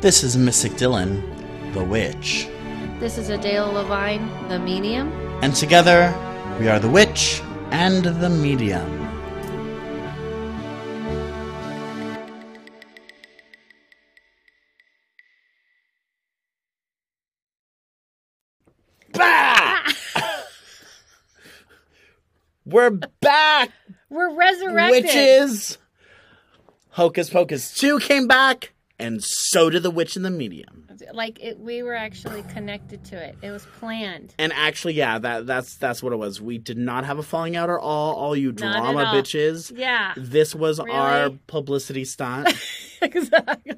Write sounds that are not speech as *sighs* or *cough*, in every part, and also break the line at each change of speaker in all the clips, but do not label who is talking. This is Mystic Dylan, the witch.
This is Adele Levine, the medium.
And together, we are the witch and the medium. We're back,
We're resurrected.
witches! Hocus Pocus 2 came back, and so did the witch and the medium.
Like it, we were actually connected to it. It was planned.
And actually, yeah, that that's that's what it was. We did not have a falling out at all, all you
Not at
drama
all.
bitches.
Yeah.
This was our
Really?
publicity stunt.
*laughs* exactly.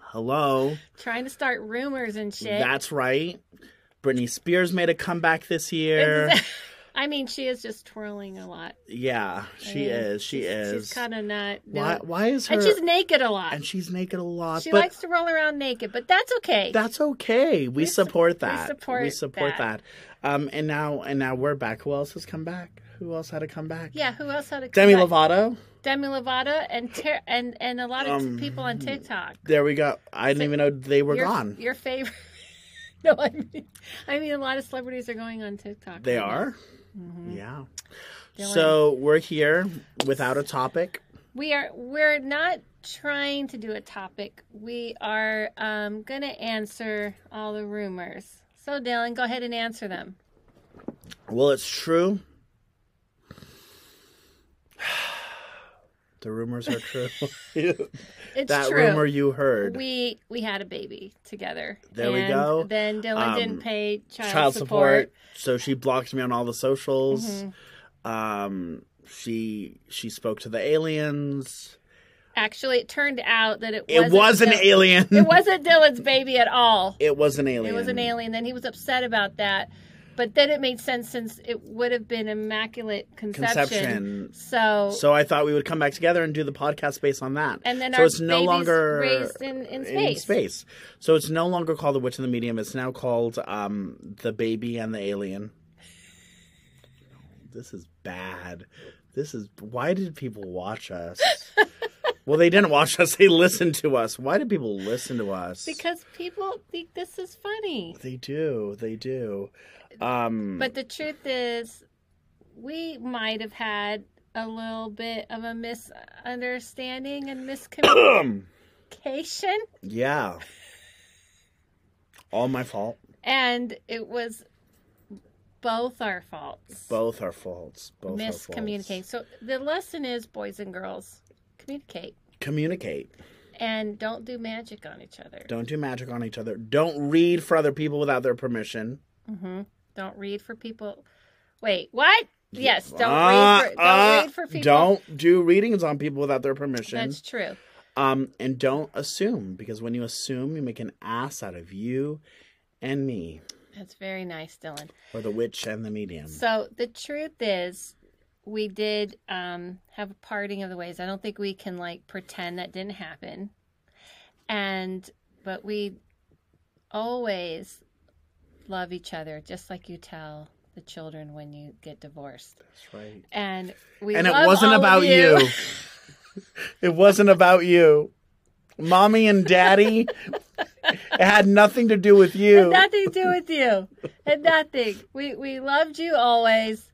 Hello.
Trying to start rumors and shit.
That's right. Britney Spears made a comeback this year.
I mean, she is just twirling a lot.
Yeah,
I
she
mean,
is. She
she's-
is.
She's kind of not. no-
why? Why is her?
and she's naked a lot.
and she's naked a lot.
she
but
likes to roll around naked, but that's okay.
that's okay. We,
We sup-
support
we
that.
support
support that.
that.
Um, and now and now we're back. Who else has come back? Who else had to come back?
yeah. Who else had a
Demi
comeback?
Lovato.
Demi Lovato and ter- and and a lot of t-
Um,
people on TikTok.
There we go. I didn't
So-
even know they were
your,
gone.
Your favorite? *laughs* no, I mean, I mean, a lot of celebrities are going on TikTok.
They
right now.
are.
Mm-hmm.
Yeah.
Dylan.
So we're here without a topic.
We are. We're not trying to do a topic. We are um, going to answer all the rumors. So, Dylan, go ahead and answer them.
Well, it's true. *sighs* The rumors are true.
*laughs*
*laughs*
It's
that
true.
rumor you heard.
we we had a baby together.
There we
And
go.
Then Dylan
Um,
didn't pay child,
child
support.
support. So she blocked me on all the socials.
Mhm.
Um, she she spoke to the aliens.
Actually, it turned out that it
It
wasn't
was an
Dylan-
alien.
It wasn't Dylan's baby at all.
It was an alien.
It was an alien. Then he was upset about that. But then it made sense since it would have been immaculate conception.
Conception.
So,
So I thought we would come back together and do the podcast based on that.
and then
so
our
it's no
baby's
longer
raised in, in space.
So it's no longer called the Witch and the Medium. It's now called um, the Baby and the Alien. This is bad. This is why did people watch
*laughs*
us? well, they didn't watch us. They listened to us. Why did people listen to us?
Because people think this is funny.
they do. They do. Um,
But the truth is, we might have had a little bit of a misunderstanding and miscommunication.
*clears throat* yeah, all my fault.
and it was both our faults.
Both our faults. Both our faults.
miscommunicate. So the lesson is, boys and girls, communicate
Communicate.
and don't do magic on each other.
Don't do magic on each other. Don't read for other people without their permission.
hmm don't read for people. Wait, what? Yes, don't
Uh,
read. For, don't
uh,
read for people.
Don't do readings on people without their permission.
That's true.
Um, and don't assume because when you assume, you make an ass out of you and me,
That's very nice, Dylan.
or the witch and the medium.
So the truth is, we did um, have a parting of the ways. I don't think we can like pretend that didn't happen, and but we always love each other, just like you tell the children when you get divorced.
That's right.
And we
and it
love
wasn't
all of
about you. *laughs* it wasn't about you. Mommy and
*laughs*
daddy. it had nothing to do with you.
Had nothing to do with you. Had nothing. We we loved you always.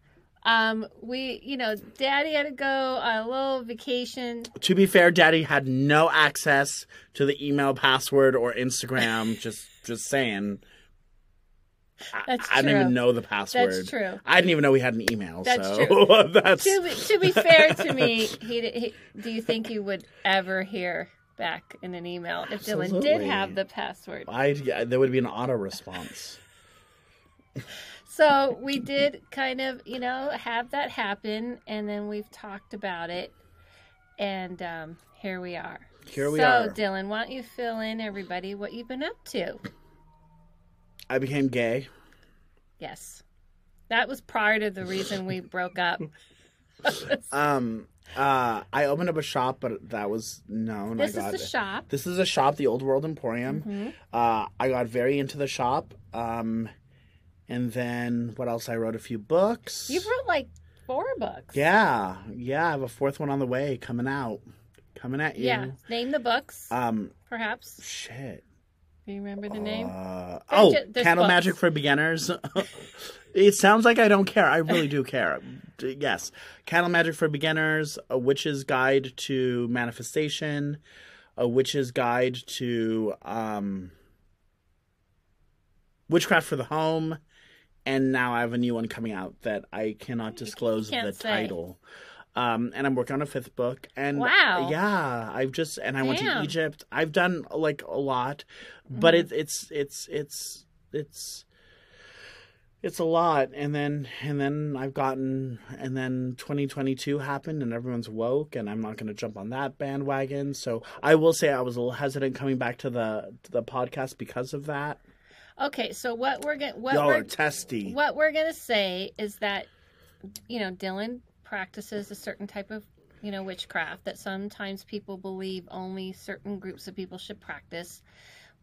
Um, we you know, Daddy had to go on a little vacation
to be fair, Daddy had no access to the email password or
*laughs*
Instagram. just, just saying. I,
That's
I didn't
true.
even know the password.
That's true.
I didn't even know we had an email.
That's
so
true.
*laughs* that's
to be, to be fair to me, he, di- he do you think he would ever hear back in an email if Dylan did
Absolutely.
have the password?
*laughs* I yeah, there would be an auto response.
So we did kind of you know have that happen, and then we've talked about it, and um, here we are.
Here we
so,
are.
Dylan, why don't you fill in everybody what you've been up to?
I became gay. *laughs* Oh
Yes. That was part of the reason we broke up.
Um, uh, I opened up a shop, but that was no. and I
this is
got-
the shop.
This is a shop, the Old World Emporium.
Mhm.
Uh, I got very into the shop. Um, and then what else? I wrote a few books.
You wrote like four books.
yeah, yeah. I have a fourth one on the way coming out, coming at you.
Yeah. Name the books,
Um,
perhaps.
shit.
Do you remember the name?
Uh,
They're
oh,
ju- there's
Candle
books.
Magic for Beginners. *laughs* it sounds like I don't care. I really do care. D- Yes. Candle Magic for Beginners, A Witch's Guide to Manifestation, A Witch's Guide to um, Witchcraft for the Home, and now I have a new one coming out that I cannot disclose
can't
the
say.
title. Um, and I'm working on a fifth book. And uh,
Wow.
yeah, I've just and I went to
Oh. Damn.
Egypt. I've done like a lot, but
Mhm.
it, it's it's it's it's it's a lot. And then and then I've gotten and then 2022 happened and everyone's woke and I'm not going to jump on that bandwagon. So I will say I was a little hesitant coming back to the to the podcast because of that.
Okay, so what we're going what
Y'all
we're
are testy.
what we're going to say is that you know, Dylan practices a certain type of, you know, witchcraft that sometimes people believe only certain groups of people should practice.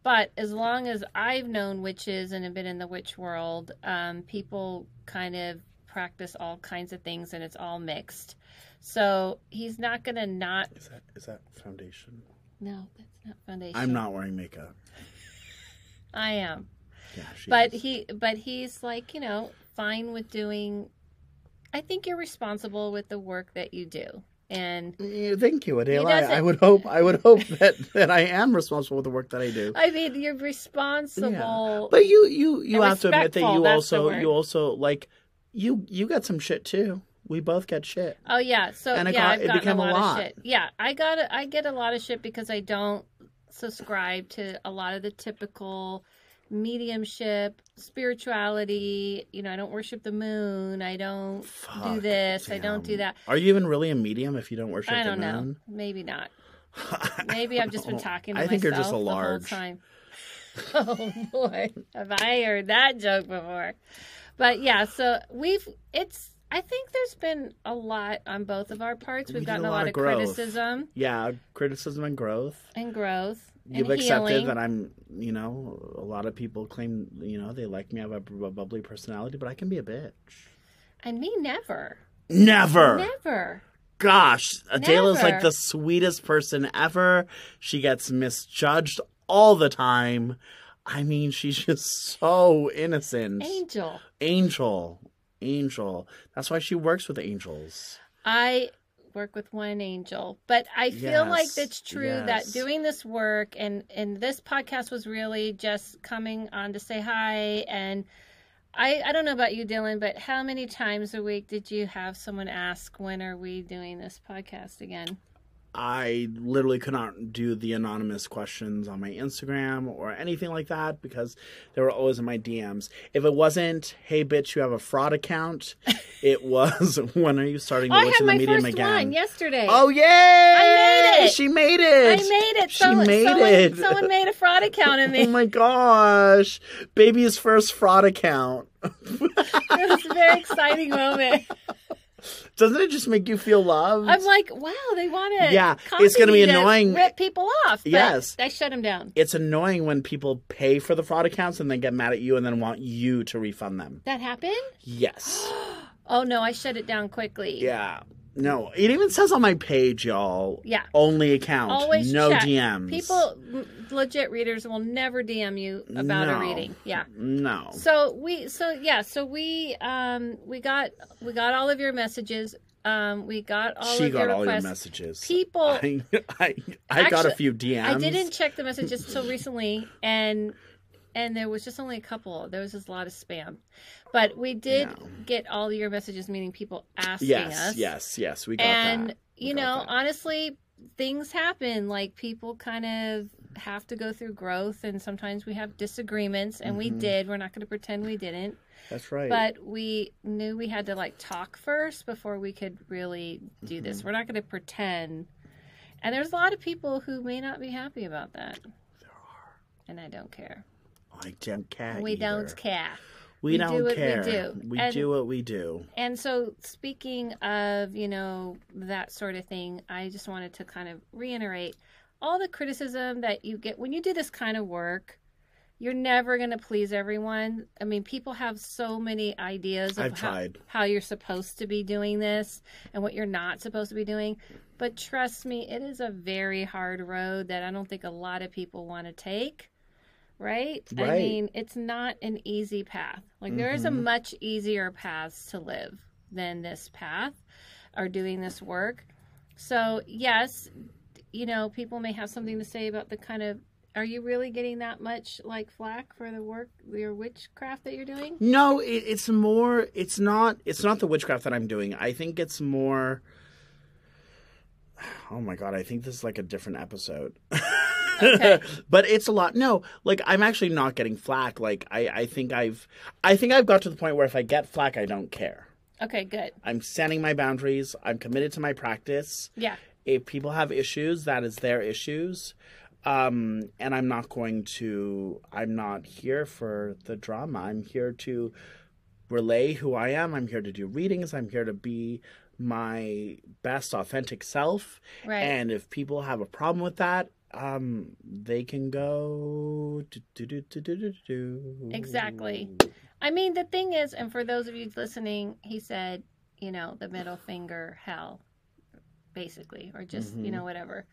But as long as I've known witches and have been in the witch world, um, people kind of practice all kinds of things and it's all mixed. So he's not going to not.
Is that is that foundation?
No, that's not foundation.
I'm not wearing makeup.
I am.
Yeah, she
but
is.
he but he's like you know fine with doing i think you're responsible with the work that you do and
Yeah, Thank you, Adele. I, I
doesn't-
would hope I would hope *laughs* that, that I am responsible for the work that I do.
i mean you're responsible
But you you you
And
have to admit that
respectful,
you
that's the
also
word.
you also like you you got some shit too. We both got shit.
oh yeah so
And it
yeah
got-
i've
it
gotten
became a
a lot,
lot.
of shit yeah i got a, i get a lot of shit because i don't subscribe to a lot of the typical mediumship spirituality you know i don't worship the moon i don't
Fuck,
do this i
damn.
don't do that
Are you even really a medium if you don't worship
i don't
the
know
moon? *laughs*
maybe not
I
Maybe
don't
I've just been
know.
talking to
Oh, I think you're just
myself
a
the whole
large.
time. *laughs* Oh boy, have I heard that joke before? But yeah, so we've it's. I think there's been a lot on both of our parts.
We
We've
did
gotten a lot, of,
growth.
criticism
Yeah, criticism and growth.
and growth
You've
and
accepted
healing.
that I'm, you know, a lot of people claim, you know, they like me. I have a bu- bubbly personality, but I can be a bitch.
and me never,
Never.
never.
gosh, Adele is like
Never.
the sweetest person ever. She gets misjudged all the time. I mean, she's just so innocent.
Angel,
Angel. Angel. That's why she works with angels.
I work with one angel, but I feel like
Yes,
it's true
yes.
that doing this work and and this podcast was really just coming on to say hi and I I don't know about you Dylan, but how many times a week did you have someone ask when are we doing this podcast again?
I literally could not do the anonymous questions on my Instagram or anything like that because they were always in my DMs. If it wasn't, hey bitch, you have a fraud account, it was *laughs* when are you starting the
Oh, I
Witch
had
and the
my
Medium
first
again?
one yesterday.
Oh yeah!
I made it!
She made it.
I made it.
She
Someone,
made
someone,
it.
someone made a fraud account
*laughs*
of
Oh
me.
my gosh! Baby's first fraud account.
it was a very
*laughs*
exciting moment.
Doesn't it just make you feel loved?
I'm like, wow, they want to.
Yeah, it's gonna be annoying.
Rip people off. But
Yes.
I shut them down.
it's annoying when people pay for the fraud accounts and then get mad at you and then want you to refund them.
That happened? *gasps*
Yes.
Oh no, I shut it down quickly.
yeah. No. It even says on my page, y'all.
Yeah.
Only account.
Always
no
check.
DMs.
People, m- legit readers will never DM you about a
No.
reading. Yeah.
No.
So we, so yeah, so we, um, we got, we got all of your messages. Um, we got all
she
of
got
your
all your
requests.
messages.
People, I,
*laughs* I, I, I got a
Actually,
few DMs.
didn't check the messages till recently, and and there was just only a couple. There was just a lot of spam, but we did
No.
get all your messages, meaning people asking
Yes.
us.
Yes. Yes. We got
and
that.
you
got
know
that.
honestly things happen like people kind of have to go through growth and sometimes we have disagreements and we
Mhm.
did we're not going to pretend we didn't
That's right.
but we knew we had to like talk first before we could really do this
Mhm.
we're not going to pretend and there's a lot of people who may not be happy about that
There are.
and i don't care
I don't care.
we
either.
don't care
We,
We do
don't
what we
care.
do.
We
And-
do what we do.
And so, speaking of, you know, that sort of thing, I just wanted to kind of reiterate all the criticism that you get when you do this kind of work. You're never going to please everyone. I mean, people have so many ideas of
I've
how,
tried.
how you're supposed to be doing this and what you're not supposed to be doing. But trust me, it is a very hard road that I don't think a lot of people want to take. Right? I
Right.
mean, it's not an easy path. Like there is a
Mhm.
much easier paths to live than this path or doing this work. So, yes, you know, people may have something to say about the kind of are you really getting that much like flack for the work your witchcraft that you're doing?
No, it, it's more. It's not. It's not the witchcraft that I'm doing. I think it's more. Oh my god! I think this is like a different episode.
Okay.
*laughs* but it's a lot. No, like I'm actually not getting flack. Like I, I think I've, I think I've got to the point where if I get flack, I don't care.
Okay, good.
I'm setting my boundaries. I'm committed to my practice.
Yeah.
If people have issues, that is their issues. Um, and I'm not going to, I'm not here for the drama. I'm here to relay who I am. I'm here to do readings. I'm here to be my best authentic self.
Right.
And if people have a problem with that, um, they can go. do, do, do, do, do, do, do.
Exactly. I mean, the thing is, and for those of you listening, he said, you know,
*sighs*
the middle finger hell, basically, or just you
Mhm.
know whatever.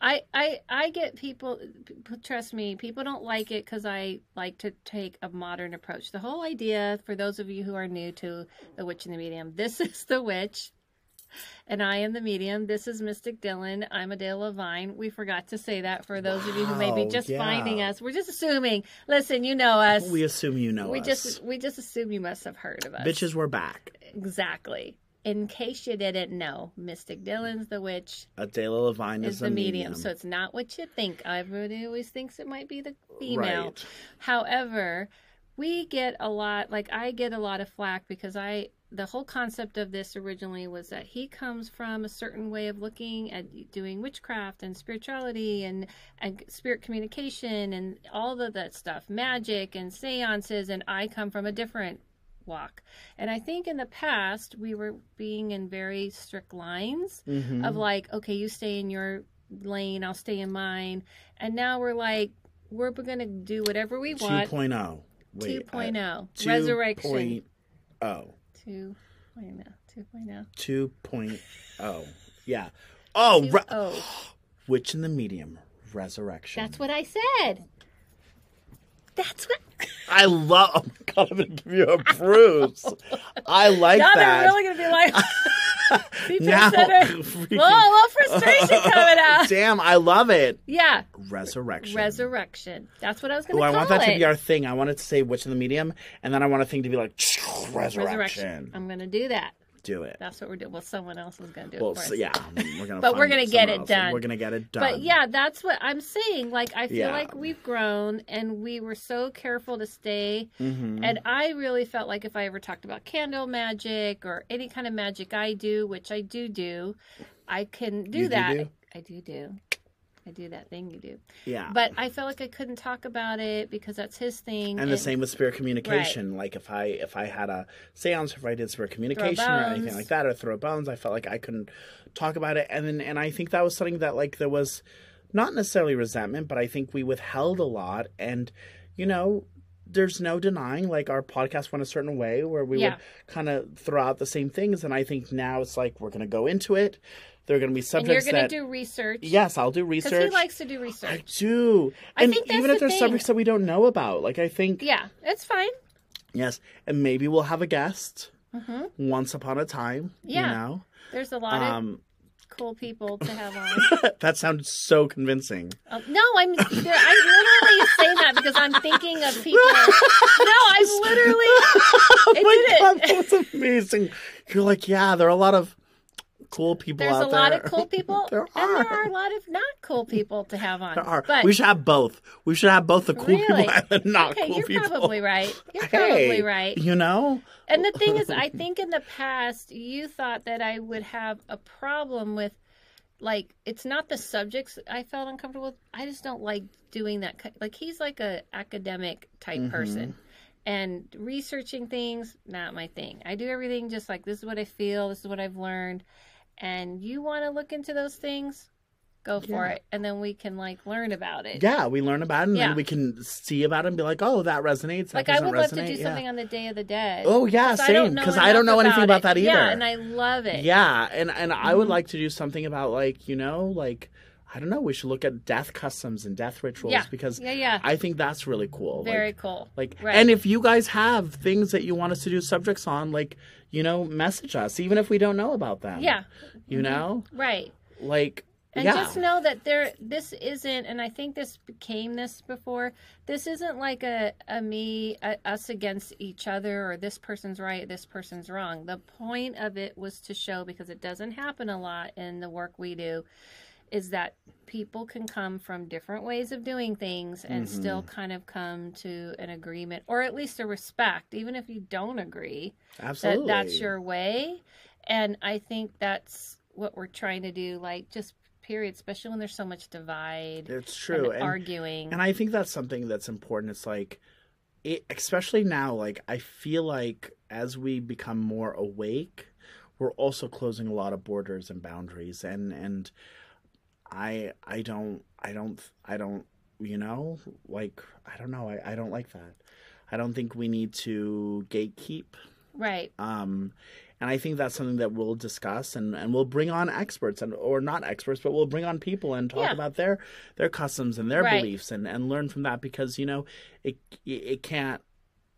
I I I get people. p- p- Trust me, people don't like it because I like to take a modern approach. The whole idea, for those of you who are new to the witch and the medium, *laughs* this is the witch. And I am the medium. This is Mystic Dylan. I'm Adele Levine. We forgot to say that for those of you who may be
Wow,
just
yeah.
finding us. We're just assuming. Listen, you know us
We assume you know
we
us.
just we just assume you must have heard of us.
Bitches, we're back.
Exactly. In case you didn't know, Mystic Dylan's the witch
Adela Levine
is,
is,
the
a
medium. so it's not what you think. Everybody always thinks it might be the female.
Right.
However, we get a lot like I get a lot of flack because I the whole concept of this originally was that he comes from a certain way of looking at doing witchcraft and spirituality and and spirit communication and all of that stuff, magic and seances, and I come from a different walk. And I think in the past we were being in very strict lines
Mhm.
of like, okay, you stay in your lane, I'll stay in mine. And now we're like, we're going to do whatever we want.
2.0. oh. Wait, uh, I-
2.0.
2.0.
oh. Resurrection. oh.
2.0.
2.0.
Oh,
2.0.
2.0.
*laughs*
Yeah. Oh, re-
2.0.
*sighs* Witch in the Medium. Resurrection.
That's what I said. That's what.
I love. Oh my God, I'm going to give you a
*laughs*
bruise. I like
Now
that.
they're really going to be like,
*laughs*
*laughs* people
now,
said
*laughs*
it.
freaking-
Whoa, a
*laughs*
little frustration coming out.
Damn, I love it.
Yeah.
Resurrection.
Resurrection. That's what I was going
Oh,
to
I
call
want that
it.
to be our thing. I want it to say Witch in the Medium, and then I want a thing to be like *laughs* resurrection.
resurrection. I'm going to do that.
Do it.
That's what we're doing. Well, someone else is going to do
Well,
it for
so-
us.
yeah, we're gonna.
*laughs* But
find
we're gonna
someone
get it
else.
done.
We're gonna get it done.
But yeah, that's what I'm saying. Like I feel
Yeah.
like we've grown and we were so careful to stay.
Mhm.
And I really felt like if I ever talked about candle magic or any kind of magic I do, which I do do, I can do
You do
that.
do?
I do do. I do that thing you do.
yeah.
But I felt like I couldn't talk about it because that's his thing.
and the same with spirit communication. Like if I if I had a séance, if I did spirit communication or anything
bones.
like that, or throw bones, I felt like I couldn't talk about it. And then and I think that was something that like there was not necessarily resentment, but I think we withheld a lot. And you know, there's no denying like our podcast went a certain way where we
Yeah.
would kind of throw out the same things. And I think now it's like we're gonna go into it. There are gonna be
And you're
subjects
going to
that.
do research.
Yes, I'll do
Because he
research.
likes to do
I
research.
do.
I
and
think that's
even if
the
there's
thing.
subjects that we don't know about, like I think
Yeah, it's fine.
yes, and maybe we'll have a guest
hmm
once upon a time.
Yeah.
You
There's a
know,
lot
Mm-hmm. um, *laughs*
of cool people to have on.
that sounded so
*laughs*
convincing.
Um, no, I'm. I'm literally saying that because I'm thinking of people. No,
*laughs*
I'm literally.
Oh my
did
god,
it.
that was amazing. You're like, yeah, there are a lot of cool people
There's a
out
lot
there.
of cool people,
There
and there
are.
are a lot of not cool people to have
*laughs*
on.
There are.
But
we should have both. We should have both the cool
Really?
people *laughs* and the not
okay,
cool
you're
people.
probably right. You're
Hey,
probably right.
You know?
And the thing
*laughs*
is, I think in the past you thought that I would have a problem with, like, it's not the subjects I felt
Mm-hmm.
uncomfortable with. I just don't like doing that. ki- Like, he's like a academic type person, and researching things not my thing i do everything just like this is what i feel this is what i've learned and you want to look into those things go for
Yeah.
it and then we can like learn about it
Yeah, we learn about it and
Yeah.
then we can see about it and be like, oh, that resonates. That
like i
doesn't
would
resonate.
love to do
yeah.
something on the day of the dead
Oh yeah,
'Cause I don't
same.
know
Because I don't
enough
know anything about,
about
that
it.
either.
yeah and i love it
Yeah, and and I would
Mhm.
like to do something about like you know like I don't know. We should look at death customs and death rituals
Yeah.
because
yeah yeah
I think that's really cool.
very
like,
cool
like
Right.
and if you guys have things that you want us to do subjects on, like you know, message us even if we don't know about them.
yeah
you
Mhm.
know,
right
like
And
yeah,
just know that there, this isn't, and I think this became this before. This isn't like a, a me, a, us against each other, or this person's right, this person's wrong. The point of it was to show, because it doesn't happen a lot in the work we do, is that people can come from different ways of doing things and
Mhm.
still kind of come to an agreement, or at least a respect, even if you don't agree
absolutely.
that that's your way and i think that's what we're trying to do like just period especially when there's so much divide
It's true.
and,
and-
arguing
And I think that's something that's important. It's like, it, especially now, like, I feel like as we become more awake, we're also closing a lot of borders and boundaries. And, and I, I don't, I don't, I don't, you know, like, I don't know. I, I don't like that. I don't think we need to gatekeep
right
um, and I think that's something that we'll discuss and, and we'll bring on experts and or not experts, but we'll bring on people and talk
Yeah.
about their their customs and their
Right.
beliefs and, and learn from that because you know it it can't.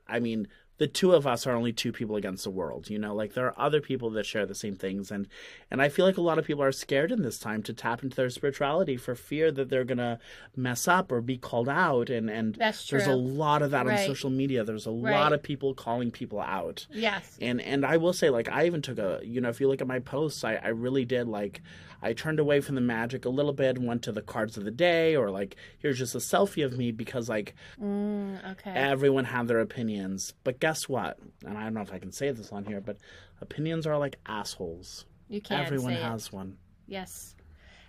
I mean, the two of us are only two people against the world. You know, like there are other people that share the same things and and I feel like a lot of people are scared in this time to tap into their spirituality for fear that they're gonna mess up or be called out and and.
that's true
There's a lot of that on
Right.
social media. There's a
Right.
lot of people calling people out
yes
and and i will say like i even took a you know if you look at my posts i i really did like i turned away from the magic a little bit and went to the cards of the day or like here's just a selfie of me because like
mm, okay
everyone had their opinions but guess what and i don't know if i can say this on here but opinions are like assholes
you can't
everyone
say it.
has one
yes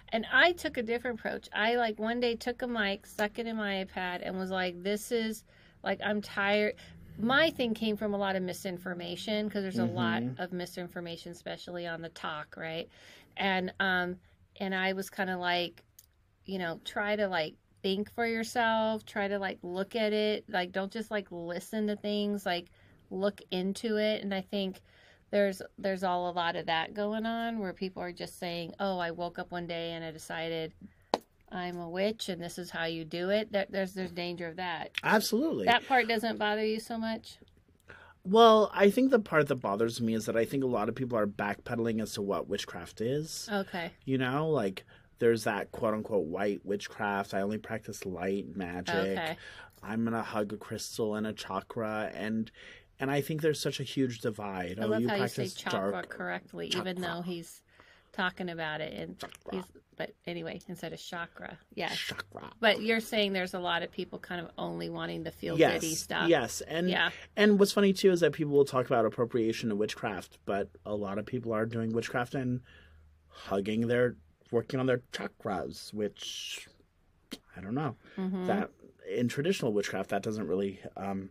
and i took a different approach i like one day took a mic stuck it in my ipad and was like this is like i'm tired my thing came from a lot of misinformation because there's a lot
Mhm.
of misinformation especially on the talk right and um and i was kind of like you know try to like think for yourself try to like look at it like don't just like listen to things like look into it and i think there's there's all a lot of that going on where people are just saying oh i woke up one day and i decided i'm a witch and this is how you do it that there's there's danger of that
absolutely
that part doesn't bother you so much
well i think the part that bothers me is that i think a lot of people are backpedaling as to what witchcraft is
okay
You know, like there's that quote unquote white witchcraft. I only practice light magic.
okay
I'm gonna hug a crystal and a chakra and and I think there's such a huge divide. Oh,
i love
you
how you say
practice
chakra correctly even
chakra.
though he's talking about it and
chakra,
he's but anyway instead of chakra yeah
chakra.
but you're saying there's a lot of people kind of only wanting the feel
yes,
goody stuff
yes, and
yeah
and what's funny too is that people will talk about appropriation and witchcraft, but a lot of people are doing witchcraft and hugging their working on their chakras, which I don't know.
hmm
that in traditional witchcraft that doesn't really um,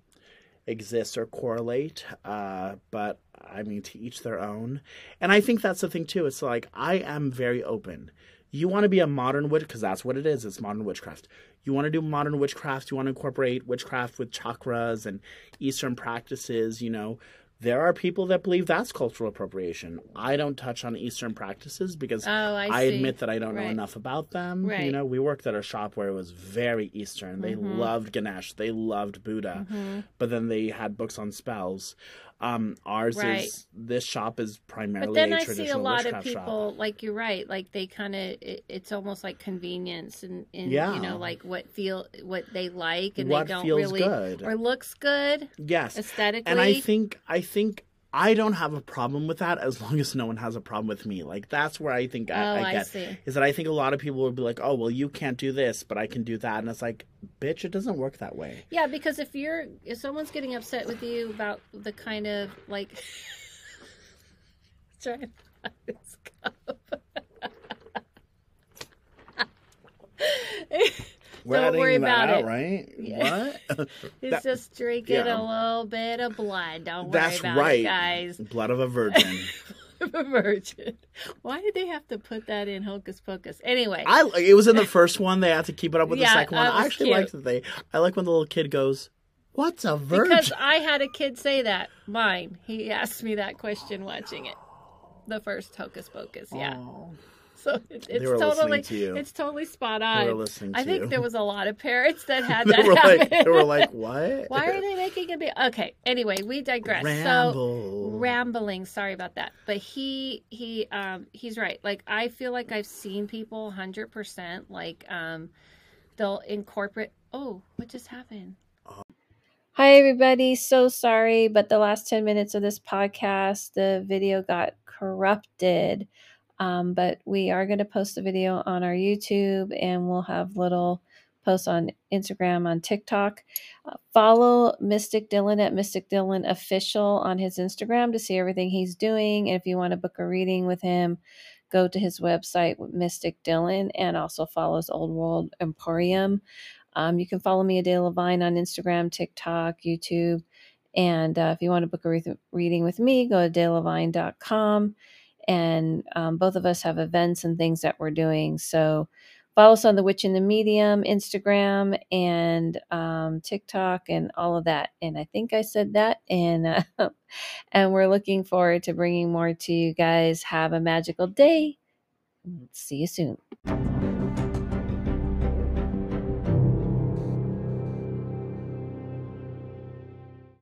exist or correlate uh, but i mean to each their own and i think that's the thing too it's like i am very open you want to be a modern witch because that's what it is it's modern witchcraft you want to do modern witchcraft you want to incorporate witchcraft with chakras and eastern practices you know there are people that believe that's cultural appropriation i don't touch on eastern practices because
oh i,
I,
see.
admit that I don't
Right.
know enough about them.
Right.
You know, we worked at a shop where it was very Eastern. They
Mhm.
loved Ganesh, they loved Buddha,
Mhm.
but then they had books on spells. Um, ours
Right.
is this shop is primarily
But then
a
I
traditional
see a lot of
witchcraft
people,
shop.
like you're right, like they kind of it, it's almost like convenience and, and
Yeah.
you know like what feel what they like and
What
they don't
feels
really
good?
or looks good
yes,
aesthetically.
and I think I think I don't have a problem with that as long as no one has a problem with me. Like that's where I think I,
oh,
I
I,
get
see.
is that I think a lot of people would be like, oh well, you can't do this, but I can do that, and it's like, bitch, it doesn't work that way.
Yeah, because if you're if someone's getting upset with you about the kind of like *laughs* trying to find this *laughs* cup.
We're
Don't
editing
worry
that
about
out,
it.
right?
Yeah.
What?
*laughs*
*laughs*
He's
That-
just drinking
yeah.
a little bit of blood. Don't
That's
worry about
right.
it, guys.
Blood of a
*laughs*
virgin.
Virgin. Why did they have to put that in Hocus Pocus? Anyway,
I it was in the first one. They had to keep it up with
Yeah,
the second one.
that
I
was
actually
cute.
like that they. I like when the little kid goes, "What's a virgin?"
because I had a kid say that. Mine. He asked me that question watching it. The first Hocus Pocus. Yeah.
Aw.
So it, it's
Oh. were listening
totally
to you.
it's totally spot
they were
on.
listening to
I think
you. *laughs*
there was a lot of parents that had
they
that
were like,
happen.
they were like, "What?"
*laughs* Why are they making a big? Okay. Anyway, we
*laughs*
digress.
Ramble.
So rambling sorry about that but he he um he's right like i feel like i've seen people 100% like um they'll incorporate oh what just happened hi everybody so sorry but the last 10 minutes of this podcast the video got corrupted um, but we are going to post the video on our youtube and we'll have little posts on instagram on tiktok uh, follow Mystic Dylan at Mystic Dylan Official on his Instagram to see everything he's doing. And if you want to book a reading with him, go to his website, Mystic Dylan, and also follows Old World Emporium. Um, you can follow me, Adele Levine, on Instagram, TikTok, YouTube. And uh, if you want to book a re- reading with me, go to adelevine.com. And um, both of us have events and things that we're doing. So, follow us on the witch in the medium instagram and um, tiktok and all of that and i think i said that and uh, *laughs* and we're looking forward to bringing more to you guys have a magical day see you soon